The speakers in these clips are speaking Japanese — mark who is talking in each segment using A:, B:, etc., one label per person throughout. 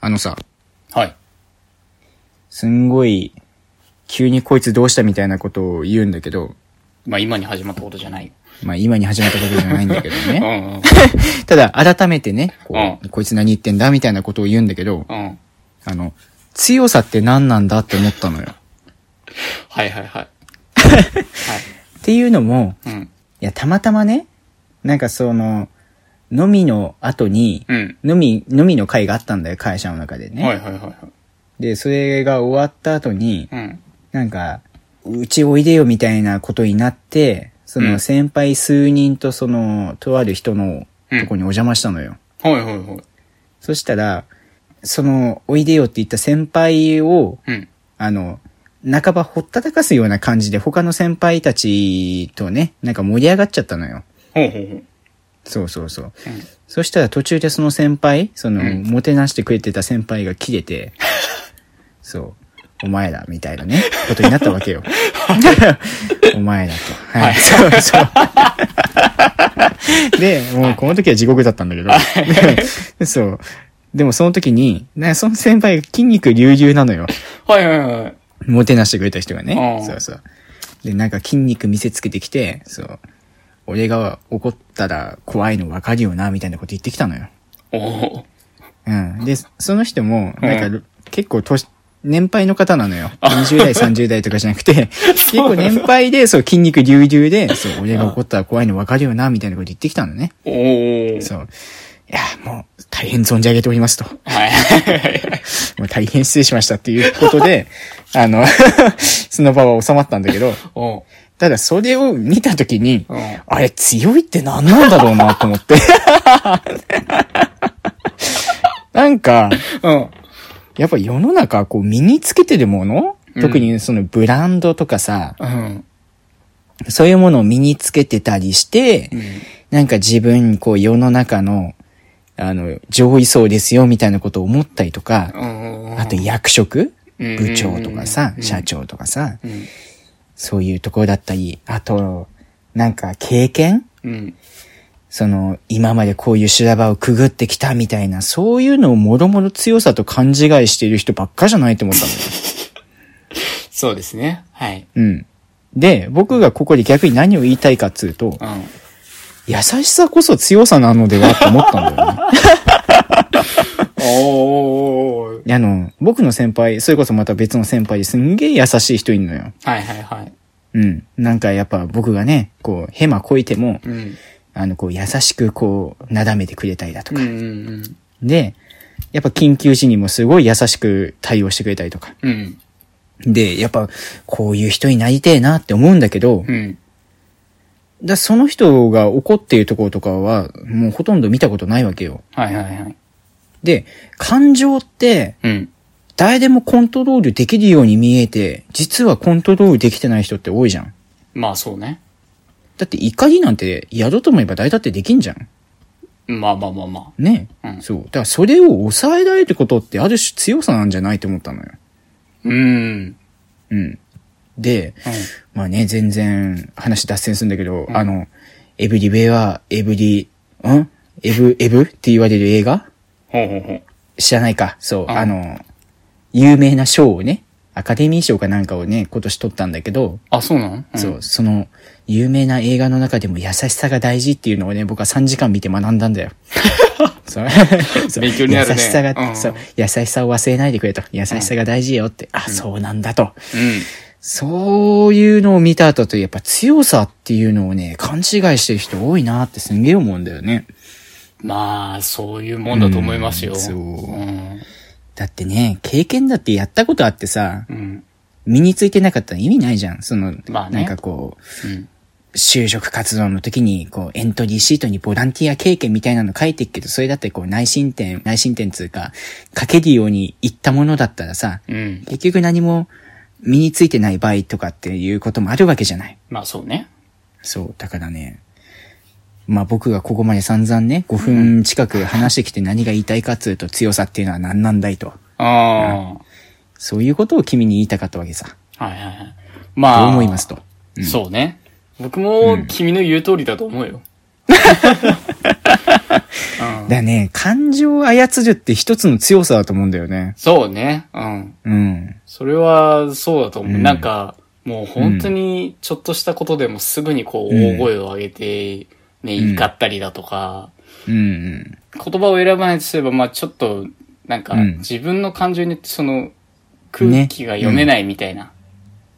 A: あのさ、
B: はい。
A: すんごい、急にこいつどうしたみたいなことを言うんだけど、
B: まあ今に始まったことじゃないよ。
A: まあ今に始まったことじゃないんだけど
B: うん
A: ね。
B: うん。
A: ただ、改めてね、こうこいつ何言ってんだみたいなことを言うんだけど、
B: うん。
A: あの、強さって何なんだって思ったのよ。
B: はい はいはい。
A: っていうのも、
B: はい。うん。
A: いや、たまたまね、なんかその、飲みの後に、
B: うん。
A: 飲み、飲みの会があったんだよ、会社の中でね。
B: はいはいはいはい。
A: で、それが終わった後に、
B: うん。
A: なんか、うちおいでよみたいなことになって、そうの
B: ん
A: 先輩数人とその、とある人の
B: うん
A: とこにお邪魔したのよ。
B: はいはいはい。
A: そしたら、その、おいでよって言った先輩を、
B: うん。
A: あの、半ばほったたかすような感じで他の先輩たちとね、なんか盛り上がっちゃったのよ。
B: ほうほうほう。
A: そうそうそう。
B: うん
A: そしたら途中でその先輩、その、
B: うん
A: もてなしてくれてた先輩が切れ て、そう、お前ら、みたいなね、ことになったわけよ。お前らと。はい。そう そう。で、もうこの時は地獄だったんだけど、そう。でもその時に、なその先輩が筋肉隆々なのよ。
B: はいはいはいはい。
A: もてなしてくれた人がね
B: う。ん
A: そうそう。で、なんか筋肉見せつけてきて、そう。俺が怒ったら怖いの分かるよな、みたいなこと言ってきたのよ。
B: おお。
A: うん。で、その人も、なんか、
B: う
A: 結構年、年配の方なのよ。20代、30代とかじゃなくて、結構年配で、そう、筋肉隆々で、そう、俺が怒ったら怖いの分かるよな、みたいなこと言ってきたのね。
B: おお。
A: そう。いや、もう、大変存じ上げておりますと。
B: はい。
A: もう大変失礼しましたっていうことで、あの、 その場は収まったんだけど、
B: おう
A: ただそれを見たときに、
B: うん。
A: あれ強いって何なんだろうなと思って。 なんか、
B: うん。
A: やっぱ世の中こう身につけてるもの、
B: うん
A: 特にそのブランドとかさ、
B: うん。
A: そういうものを身につけてたりして、
B: うん。
A: なんか自分にこう世の中の、あの、上位層ですよみたいなことを思ったりとか、
B: うん。
A: あと役職
B: うん
A: 部長とかさ、
B: うん
A: 社長とかさ、
B: うん。
A: そういうところだったり、あと、なんか経験
B: うん。
A: その、今までこういう修羅場をくぐってきたみたいな、そういうのをもろもろ強さと勘違いしている人ばっかじゃないと思ったのよ。
B: そうですね。はい。
A: うん。で、僕がここで逆に何を言いたいかっつうと
B: う、ん。
A: 優しさこそ強さなのではと思ったんだよね。
B: おー。
A: であの、僕の先輩、それこそまた別の先輩ですんげえ優しい人いるのよ。
B: はいはいはい。
A: うん。なんかやっぱ僕がね、こう、ヘマこいても、
B: うん。
A: あの、こう、優しくこう、なだめてくれたりだと
B: うん
A: か。
B: うん
A: で、やっぱ緊急時にもすごい優しく対応してくれたりとか。
B: うん。うん。
A: で、やっぱ、こういう人になりてえなって思うんだけど、
B: うん。
A: だその人が怒っているところとかは、もうほとんど見たことないわけよ。
B: はいはいはい。
A: で、感情って、
B: うん。
A: 誰でもコントロールできるように見えて、実はコントロールできてない人って多いじゃん。
B: まあそうね。
A: だって怒りなんてやろうと思えば誰だってできんじゃん。
B: まあまあまあま
A: ね、
B: うん
A: そう。だからそれを抑えられることってある種強さなんじゃないと思ったのよ。
B: あ。うん。
A: うん。で、まあね、全然話脱線するんだけど、あの、エブリベは、エブリ、んエブ、エブって言われる映画
B: ほうほうほう。
A: 知らないか。そう、
B: ん
A: あの、有名な賞をね、アカデミー賞かなんかをね、今年取ったんだけど、
B: あ、そうなの
A: そう、その、有名な映画の中でも優しさが大事っていうのをね、僕は3時間見て学んだん だよ。そうそう
B: 勉強になるね
A: 優しさが、
B: うん
A: そう、優しさを忘れないでくれと。優しさが大事よって、あ、そうなんだと。
B: うん。
A: そういうのを見た後と、やっぱ強さっていうのをね、勘違いしてる人多いなってすんげえ思うんだよね。
B: まあ、そういうもんだと思いますよ。。
A: うんそうんだってね、経験だってやったことあってさ、
B: うん。
A: 身についてなかったら意味ないじゃん。その、
B: まあね
A: なんかこう、
B: うん。
A: 就職活動の時に、こう、エントリーシートにボランティア経験みたいなの書いてっけど、それだってこう、内申点、内申点つうか、書けるように言ったものだったらさ、
B: うん。
A: 結局何も身についてない場合とかっていうこともあるわけじゃない。
B: まあ、そうね。
A: そう、だからね、まあ僕がここまで散々ね、5分近く話してきて何が言いたいかっつうと強さっていうのは何なんだいと。
B: あ
A: そういうことを君に言いたかったわけさ。
B: あ。はいはいはい。まあ。
A: どう思いますと。
B: そうね。僕も君の言う通りだと思うよ。うん
A: だね、感情を操るって一つの強さだと思うんだよね。
B: そうね。うん。
A: うん。
B: それは、そうだと思う。
A: うん
B: なんか、もう本当に、ちょっとしたことでもすぐにこう、大声を上げて、ね、
A: うん
B: 怒ったりだとか、
A: うんうん。
B: 言葉を選ばないとすれば、まあちょっと、なんか、
A: うん
B: 自分の感情によってその、空気が読めないみたいな。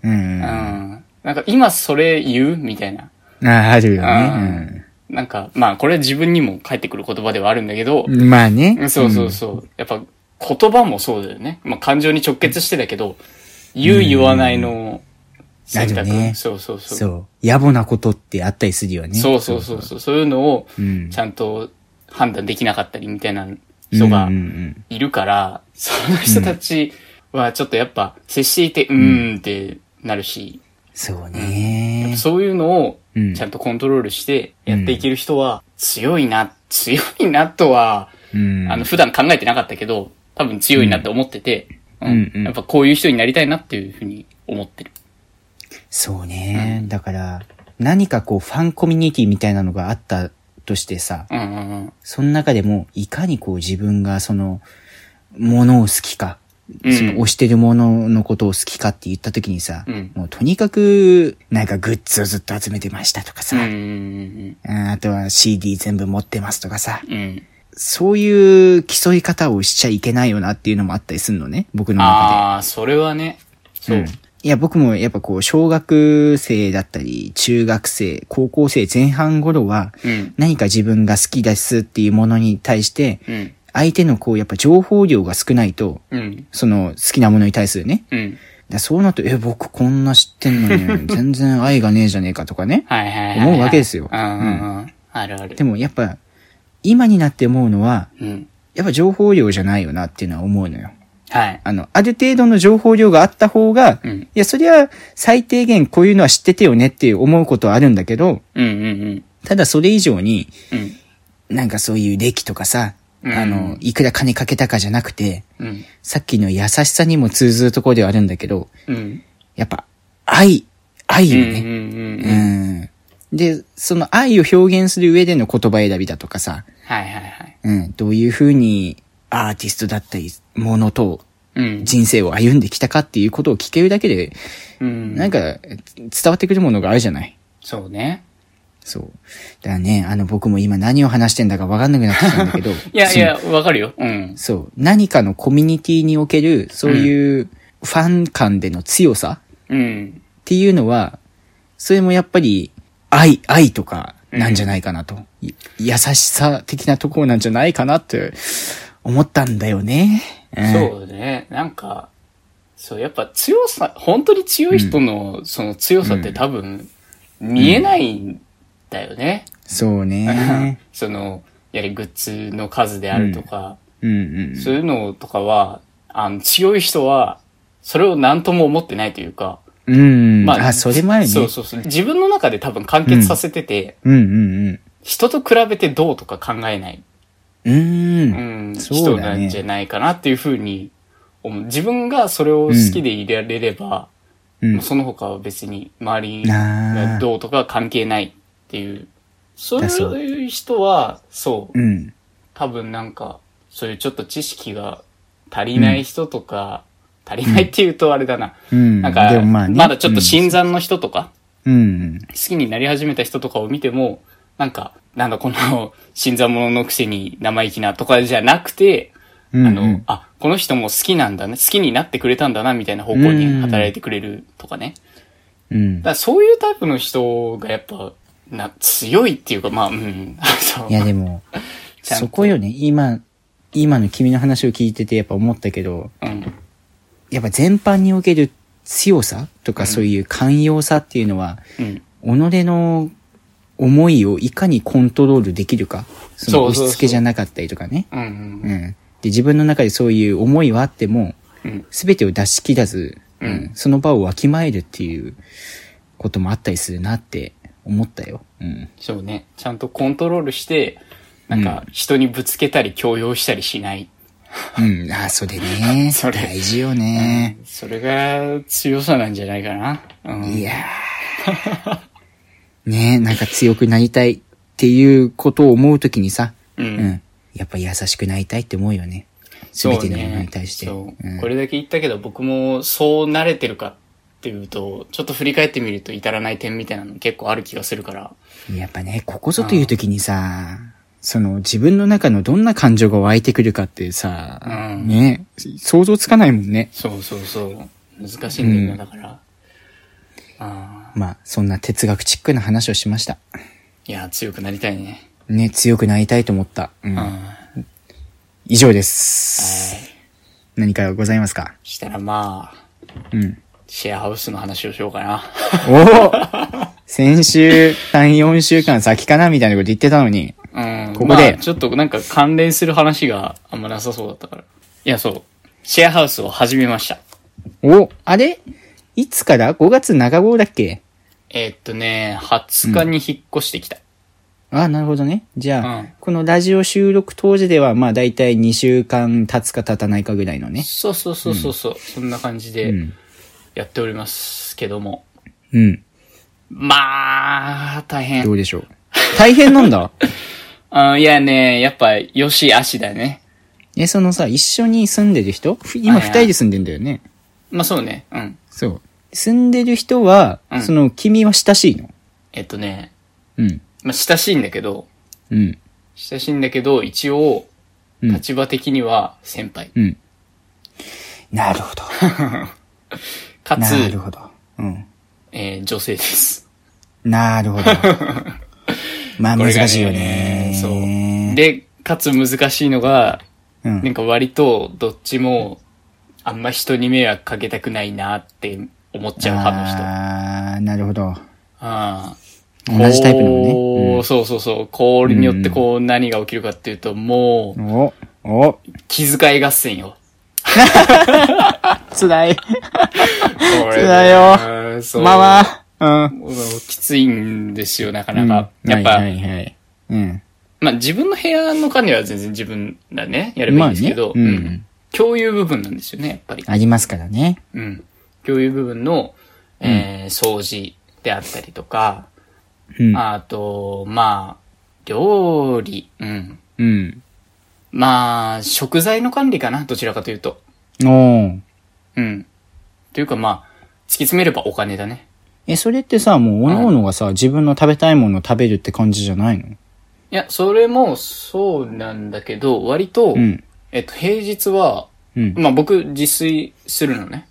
A: う。
B: うん
A: あ
B: ん。なんか、今それ言うみたいな。
A: あ、あるよ
B: あ
A: ね。
B: なんか、まあこれは自分にも返ってくる言葉ではあるんだけど、
A: うん。まあ
B: う
A: ね。
B: んそうそうそう。やっぱ言葉もそうだよね。まあ感情に直結してだけど、言う言わないの選
A: あ
B: 択。
A: るね
B: そうそうそう。そう
A: そう。野暮なことってあったりするよね。
B: そうそうそうそう。そういうのを
A: うん
B: ちゃんと判断できなかったりみたいな人が
A: うんうん
B: いるから、その人たちはちょっとやっぱ接していて、うーんってなるし、
A: そうね。
B: そういうのを
A: うん
B: ちゃんとコントロールしてやっていける人は強いな、強いなとは
A: うん。
B: あの、普段考えてなかったけど、多分強いなって思ってて、うん
A: うんうん
B: やっぱこういう人になりたいなっていうふうに思ってる。
A: そうね。だから、何かこう、ファンコミュニティみたいなのがあったとしてさ、
B: うんうんうん。
A: その中でも、いかにこう自分がその、ものを好きか、
B: うん
A: その推してるもののことを好きかって言った時にさ、
B: うん
A: もうとにかく、なんかグッズをずっと集めてましたとかさ、
B: うんうん
A: ああとは CD 全部持ってますとかさ、
B: うんうん。うん。
A: そういう競い方をしちゃいけないよなっていうのもあったりするのね、僕の中で。
B: ああ、それはね。そう。
A: いや、僕もやっぱこう、小学生だったり、中学生、高校生前半頃は、
B: うん。
A: 何か自分が好きですっていうものに対して、
B: うん。
A: 相手のこう、やっぱ情報量が少ないと、
B: うん。
A: その好きなものに対するね。
B: うん。
A: だそうなると、え、僕こんな知ってんのに、 全然愛がねえじゃねえかとかね。
B: はいはいはい、はい。
A: 思うわけですよ
B: うんうんうん。あるある
A: で。もやっぱ、今になって思うのは、
B: うん。
A: やっぱ情報量じゃないよなっていうのは思うのよ。
B: はい。
A: あの、ある程度の情報量があった方が、
B: うん
A: いや、そりゃ最低限こういうのは知っててよねっていう思うことはあるんだけど、
B: うんうんうん。
A: ただそれ以上に、
B: うん。
A: なんかそういう歴とかさ、
B: うん
A: あの、いくら金かけたかじゃなくて、
B: うん。
A: さっきの優しさにも通ずるところではあるんだけど、
B: うん。
A: やっぱ、愛、愛
B: う
A: よ
B: んう
A: ね。
B: ん
A: う
B: うん。
A: ん。で、その愛を表現する上での言葉選びだとかさ、
B: はいはいはい。
A: うん、どういうふうにアーティストだったり、ものと
B: うん。
A: 人生を歩んできたかっていうことを聞けるだけで、
B: うん。
A: なんか、伝わってくるものがあるじゃない。
B: そうね。。
A: そう。だからね、あの、僕も今何を話してんだか分かんなくなってきたんだけ ど
B: いやいや、わかるよ。うん。
A: その。そう。何かのコミュニティにおける、そういうファン間での強さ
B: うん。
A: っていうのは、それもやっぱり、愛、愛とか、なんじゃないかなと、い優しさ的なところなんじゃないかなって、思ったんだよね。うん
B: そうね。なんか、そう、やっぱ強さ、本当に強い人の、その強さって多分、見えないんだよね。
A: そう ね。
B: その、やはりグッズの数であるとか、
A: うんうん。
B: そういうのとかは、あの、強い人は、それを何とも思ってないというか、
A: うん。まあ、それもあるね。
B: そうそうそう。自分の中で多分完結させてて、
A: うんうんうん。
B: 人と比べてどうとか考えない、
A: うー。
B: うんん、
A: そ
B: 人
A: うだね
B: なんじゃないかなっていうふうに思う。自分がそれを好きでいられれば、
A: うん。
B: その他は別に周り
A: あ
B: が
A: ー
B: どうとか関係ないっていう。そう
A: だそう
B: いう人は、そう、
A: うん。
B: 多分なんか、そういうちょっと知識が足りない人とか、足りないっていうとあれだな。
A: うん。
B: なんか、
A: でも
B: ま
A: まあね
B: だちょっと新参の人とか、
A: うん。うん。
B: 好きになり始めた人とかを見ても、なんか、なんだこの 新参者のくせに生意気なとかじゃなくて、
A: うん
B: あ
A: う
B: の
A: ん、
B: あ、この人も好きなんだね、好きになってくれたんだな、みたいな方向に働いてくれるとかね。
A: うん
B: だか。らそういうタイプの人がやっぱ、な、強いっていうか、まあ、うん。 そう
A: いやでも、
B: ちゃんと
A: そこよね。今、今の君の話を聞いててやっぱ思ったけど、
B: うん。
A: やっぱ全般における強さとかそういう寛容さっていうのは、
B: うん。
A: 己の思いをいかにコントロールできるか。その
B: そうそうそ
A: 押
B: う
A: し付けじゃなかったりとかね。
B: うん。う
A: うんん。で、自分の中でそういう思いはあっても、
B: うん。
A: すべてを出し切らず、
B: うん
A: その場をわきまえるっていうこともあったりするなって思ったよ。うん。
B: そうね。ちゃんとコントロールして、なんか、人にぶつけたり強要したりしない。
A: うん。あ、それね。
B: それ
A: 大事よね。
B: それが強さなんじゃないかな。うん。
A: いやー。ねえ、なんか強くなりたい。っていうことを思うときにさ、
B: うん
A: うん。やっぱ優しくなりたいって思うよね。す
B: そう
A: べ
B: ね
A: てのものに対して。
B: そう
A: うん
B: これだけ言ったけど、僕もそう慣れてるかっていうと、ちょっと振り返ってみると至らない点みたいなの結構ある気がするから。
A: やっぱね、ここぞという時にさ、その自分の中のどんな感情が湧いてくるかってさ、
B: うん
A: ね、想像つかないもんね。
B: そうそうそう。難しいんだよな、だから。ああ。
A: まあ、そんな哲学チックな話をしました。
B: いや、強くなりたいね。
A: ね、強くなりたいと思った。うん
B: うん。は
A: 以上で
B: い。
A: す。何かございますか
B: したらまあ、
A: うん。
B: シェアハウスの話をしようかな。
A: おお先週、3、4週間先かなみたいなこと言ってたのに。
B: うん。
A: ここで
B: まあちょっとなんか関連する話があんまなさそうだったから。いや、そう。シェアハウスを始めました。
A: おあれいつから ?5 月中頃だっけ
B: えーっとね、20日に引っ越してきた。
A: あ、なるほどね。じゃあ、
B: うん
A: このラジオ収録当時では、まあ大体2週間経つか経たないかぐらいのね。
B: そうそうそうそうそう、そんな感じ
A: う
B: で
A: ん。
B: やっておりますけども。
A: うん。
B: まあ、大
A: ど
B: 変。
A: うでし ょう。大変なんだ。
B: あいやね、やっぱ、よしあしだね。
A: え、そのさ、一緒に住んでる人ふ今
B: はいはい
A: 二人で住んでんだよね。
B: まあそうね、うん。
A: そう。住んでる人は、
B: うん
A: その、君は親しいの。
B: えっとね、
A: うん。
B: まあ親しいんだけど、
A: うん。
B: 親しいんだけど、一応、
A: うん
B: 立場的には先輩。
A: うん。なるほ ど。
B: かつ、
A: なるほど。うん。
B: えー女性です。
A: な るほど。まあ
B: これが
A: 難しいよね。
B: そう。で、かつ難しいのが、
A: うん
B: なんか割とどっちも、あんま人に迷惑かけたくないなって思っちゃう派の人。
A: ああ、なるほど。
B: ああ
A: 同じタイプなのね
B: こう
A: うん
B: そうそうそう。これによってこう何が起きるかっていうと、もう、
A: お、お、
B: 気遣い合戦よ。
A: 辛い。
B: これ
A: だ
B: よ。そう。
A: まあまあ。うん。
B: もうきついんですよ、なかなか。やっぱ、
A: はいはいはい。うん。
B: まあ自分の部屋の管理は全然自分だね、やればいいんですけど、
A: まあねうん
B: うん共有部分なんですよね、やっぱり。
A: ありますからね。
B: うん。共有部分の、えー掃除であったりとか、
A: うん。
B: あと、まあ、料理、うん。
A: うん。
B: まあ、食材の管理かな、どちらかというと。
A: おー
B: うん。というかまあ、突き詰めればお金だね。
A: え、それってさ、もう、おののがさ、自分の食べたいものを食べるって感じじゃないの
B: いや、それもそうなんだけど、割と、
A: うん。
B: えっと、平日は、
A: うん。
B: まあ僕、自炊するのね。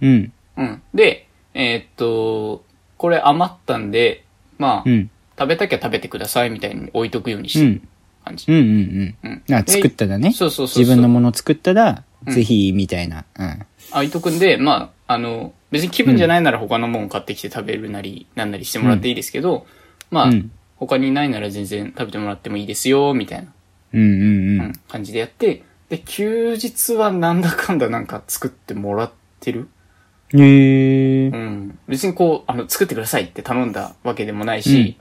A: うん。
B: うん。で、えーっと、これ余ったんで、まあ、
A: うん。
B: 食べたきゃ食べてくださいみたいに置いとくようにし
A: う
B: てる
A: ん。
B: 感じ。
A: うん。うん。
B: うん
A: うん。あ、作ったらね。
B: そうそうそうそう。
A: 自分のもの作ったら、ぜひ、みたいな。うん。
B: あいとくんで、まあ、あの、別に気分じゃないなら他のもん買ってきて食べるなり、なんなりしてもらっていいですけど、まあ、
A: うん
B: 他にないなら全然食べてもらってもいいですよ、みたいな、
A: うんうんう
B: うん
A: ん。
B: 感じでやって、で、休日はなんだかんだなんか作ってもらってる。
A: へえ
B: う。ん。別にこう、あの、作ってくださいって頼んだわけでもないし、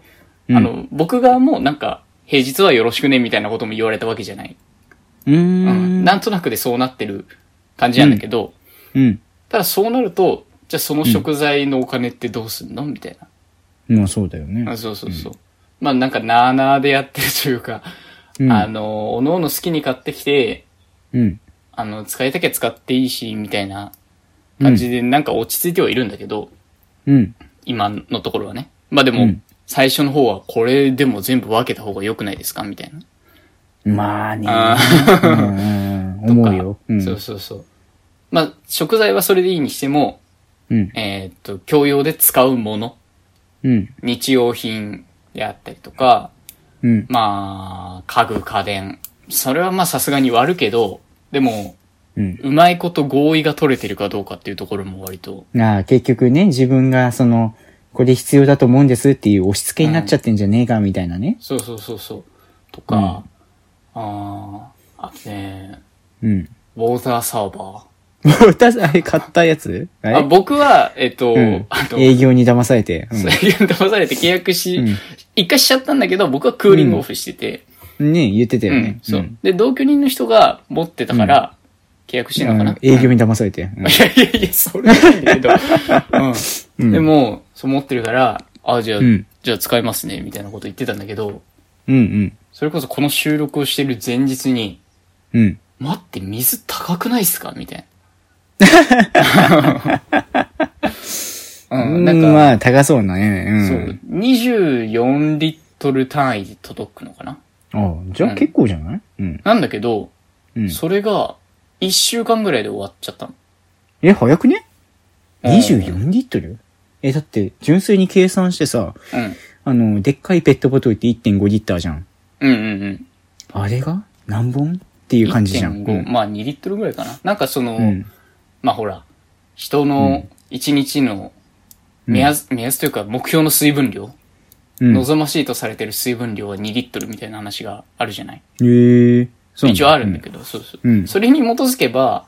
A: うん
B: あの、僕がもうなんか、平日はよろしくね、みたいなことも言われたわけじゃない。
A: うーん。
B: うん。なんとなくでそうなってる感じなんだけど、
A: うん。
B: ただそうなると、じゃあその食材のお金ってどうすんのみたい
A: まあそうだよ
B: な。あ
A: ね。
B: そうそうそう。まあなんかなーなーでやってるというか、
A: うん
B: あの、おのおの好きに買ってきて、
A: うん。
B: あの、使いたきゃ使っていいし、みたいな感じで、なんか落ち着いてはいるんだけど、
A: うん。
B: 今のところはね。まあで
A: う
B: も
A: ん、
B: 最初の方はこれでも全部分けた方が良くないですかみたいな。
A: まあね。
B: あ
A: うんうん思うよ。うん。
B: そうそうそう。まあ、食材はそれでいいにしても、
A: うん。
B: えーっと、共用で使うもの、
A: うん。
B: 日用品であったりとか、
A: うん。
B: まあ、家具、家電。それはまあさすがに割るけど、でも、
A: うん。
B: うまいこと合意が取れてるかどうかっていうところも割と。
A: なあ、結局ね、自分がその、これ必要だと思うんですっていう押し付けになっちゃってんじゃねえか、みたいなね。
B: そうそうそうそう。とか、ああ、あとね、
A: うん。
B: ウォーターサーバ
A: 私、あれ買ったやつあ
B: ー。あ
A: れ
B: 僕は、えっと、
A: うん
B: あの、
A: 営業に騙されて。
B: そういう騙されて契約し、一回しちゃったんだけど、僕はクーリングオフしてて、
A: うん。ね言ってたよ
B: うん
A: ね。
B: そう、
A: ん
B: で、同居人の人が持ってたから、契約してんのかな、
A: うん営業に騙されて。うん
B: いやいやいや、それはいいんだ けど。うん。でも、そう思ってるから、あ、じゃあ、
A: うん
B: じゃあ使いますね、みたいなこと言ってたんだけど、
A: うん
B: それこそこの収録をしてる前日に、
A: うん。うん。
B: 待って、水高くないっすかみたいな。う、
A: うんん
B: なんか、
A: まあ、高そうなね。。、
B: そううん24リットル単位で届くのかな
A: あじゃあ結構じゃないうん。
B: なんだけど、
A: うん。
B: それが、1週間ぐらいで終わっちゃったの。
A: え、早くね
B: うん
A: ?24 リットルえ、だって、純粋に計算してさ、
B: うん。
A: あの、でっかいペットボトルって1.5リッターじゃん。
B: うんうんうん。
A: あれが何本っていう感じじゃん。
B: 1.5まあ2リットルぐらいかな。なんかその、
A: うん。
B: まあほら、人の1日の目安、目安というか目標の水分量、
A: うん。
B: 望ましいとされてる水分量は2リットルみたいな話があるじゃない
A: へえ。そうなんだ
B: 一応あるんだけど、そうそう、
A: うん
B: それに基づけば、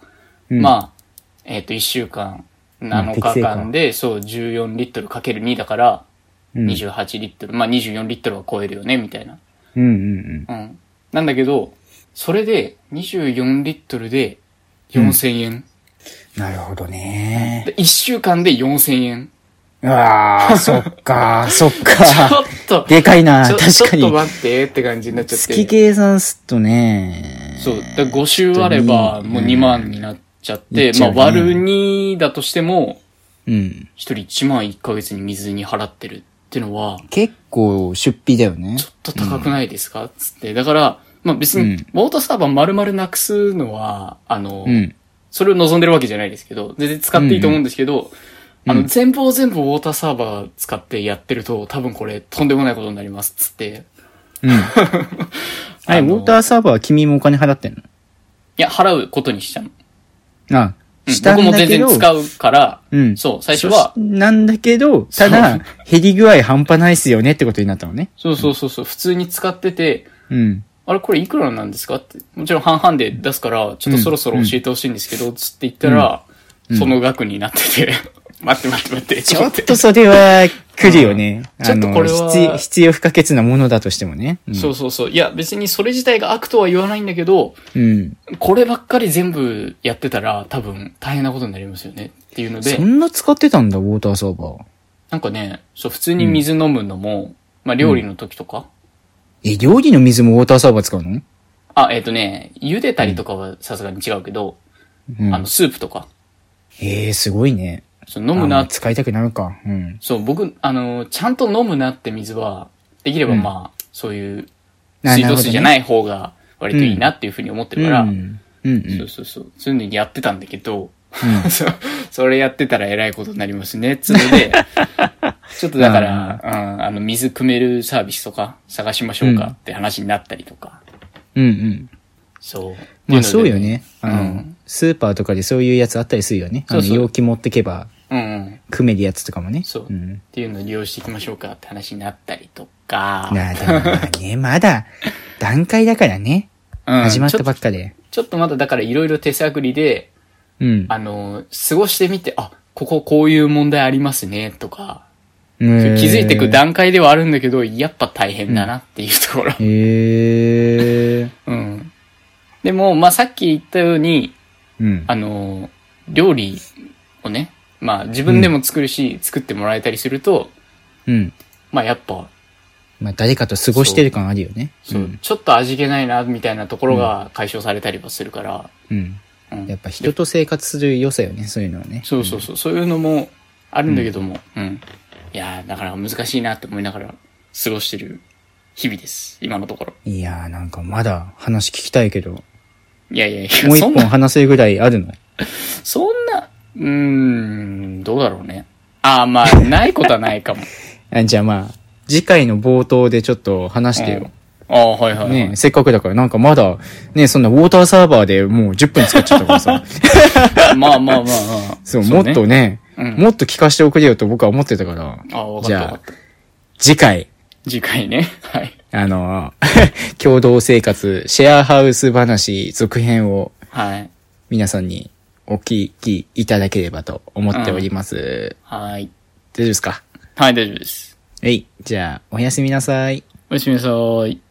A: うん
B: まあ、えっ、と、1週間、7
A: 適
B: 日
A: 正か
B: 間で、そう、14リットルかける2だから、
A: うん
B: 28リットル、まあ24リットルは超えるよね、みたいな。
A: うんうん
B: うん。なんだけど、それで、24リットルで4000円。
A: うん。なるほどね。
B: で1週間で4000円。
A: うわ あ、そっか、そっ
B: ちょ
A: か。
B: っと、
A: でかいな、
B: ちょ
A: 確か
B: ちょっと
A: に。
B: 待ってって感じになっちゃって。
A: 月計算すっとね。
B: そう。だ5週あれば、もう2万になっちゃって、
A: いっち
B: ま
A: ゃ
B: あ
A: うね
B: 割る2だとしても、
A: うん。
B: 1人1万1ヶ月に水に払ってるってのは、
A: 結構出費だよね
B: ちょ。っと高くないですか、つって。だから、まあ別に、
A: うん
B: ウォーターサーバー丸々なくすのは、あの、
A: うん。
B: それを望んでるわけじゃないですけど、全然使っていいと思うんですけど、
A: うん
B: あ
A: う
B: の、
A: ん
B: 全部を全部ウォーターサーバー使ってやってると、多分これとんでもないことになります、つって。
A: うん。あれ、
B: あ
A: ウ
B: の
A: ォーターサーバーは君もお金払ってんの
B: いや、払うことにしたの。
A: あ
B: うん
A: したん
B: 僕も
A: だ
B: 全
A: けど
B: 然使うから、
A: うん
B: そう、最初は、
A: なんだけど、ただ、減り具合半端ないっすよねってことになったのね。
B: そうそうそうそう、普通に使ってて、
A: うん。
B: あれこれいくらなんですかって、もちろん半々で出すから、ちょっとそろそろ教えてほしいんですけど、つって言ったら、その額になって て、待って待って待って、
A: ちょっ
B: 待て
A: とそれは、来るよね。
B: うんちょっと
A: あの
B: これは
A: 必要必要不可欠なものだとしてもね。うん
B: そうそうそう。いや、別にそれ自体が悪とは言わないんだけど、
A: うん。
B: こればっかり全部やってたら多分大変なことになりますよねっていうので
A: そ、んな使ってたんだ、ウォーターサーバー。
B: なんかね、そう、普通に水飲むのも、まあ料理の時とか、
A: え、料理の水もウォーターサーバー使うの
B: あ、えっ、とね、茹でたりとかはさすがに違うけど、
A: うん
B: あの、スープとか、
A: ええすごいね。
B: そう飲む
A: あ
B: な
A: ー、使いたくなるか。うん。
B: そう、僕、あの、ちゃんと飲むなって水は、できれば
A: うん
B: まあ、そういう、
A: あ
B: 水道水じゃないい方が割といいなっていうふうに思ってるから、
A: うん。うんうん。
B: そうそうそう、そういうのやってたんだけど、 そうそれやってたらえらいことになりますね、つうの で、ちょっとだから、うんあの、水汲めるサービスとか探しましょうかって話になったりとか、
A: うんうん。
B: そ
A: ま
B: う。
A: あ
B: ってい
A: そう
B: ので
A: よ。ね。あの、
B: うん
A: スーパーとかでそういうやつあったりするよね。あの
B: そうそう
A: 容器持ってけば、
B: うん、うん。
A: 組めるやつとかもね。
B: そう、っ
A: ん。
B: ていうのを利用していきましょうかって話になったりとか、
A: なあ、でもまあね、まだ、 段階だからね。
B: うん
A: 始まっ
B: ち
A: た
B: ょ
A: ばっかで。
B: ちょっとまだだからいろいろ手探りで、
A: うん。
B: あの、過ごしてみて、あ、こここういう問題ありますね、とか、
A: 気
B: 気づいてく。段階ではあるんだけど、やっぱ大変だなっていうところ。
A: へえ。
B: うん。でも、まあ、さっき言ったように、
A: うん。
B: あの、料理をね、まあ、自分でも作るし、作ってもらえたりすると、
A: うん。
B: まあ、やっぱ、
A: まあ誰かと過ごしてる感あるよね。
B: そう、
A: ん
B: ちょっと味気ないな、みたいなところが解消されたりはするから、
A: うん。
B: うん
A: やっぱ人と生活する良さよね、そういうのはね。
B: そうそうそう、そういうのもあるんだけども、うん。いやー、だから難しいなって思いながら過ごしてる日々です、今のところ。
A: いやーなんかまだ話聞きたいけど、も
B: いやいやいうや、
A: 一
B: そん
A: 本
B: な、
A: 話せるぐらいあるの
B: そんな、うーん、どうだろうね。ああ、まあ、ないことはないかも。
A: あじゃあまあ、次回の冒頭でちょっと話してよ。
B: ああ、はいはい、はい。
A: ねせっかくだからなんかまだ、ねそんなウォーターサーバーでもう10分使っちゃったからさ。
B: まあまあまあまあ。
A: そう、もっと
B: ね。
A: ね、
B: うん
A: もっと聞かせておくれよと僕は思ってたから、
B: ああ、わかっ
A: じ
B: た
A: ゃあ
B: わかった。
A: 次回、
B: 次回ね。 はい。
A: あの、 共同生活、シェアハウス話続編を
B: はい。
A: 皆さんにお聞きいただければと思っております。
B: はい。
A: 大丈夫ですか
B: はい、大丈夫です。
A: えい。じゃあ、おやすみなさい。
B: おやすみなさーい。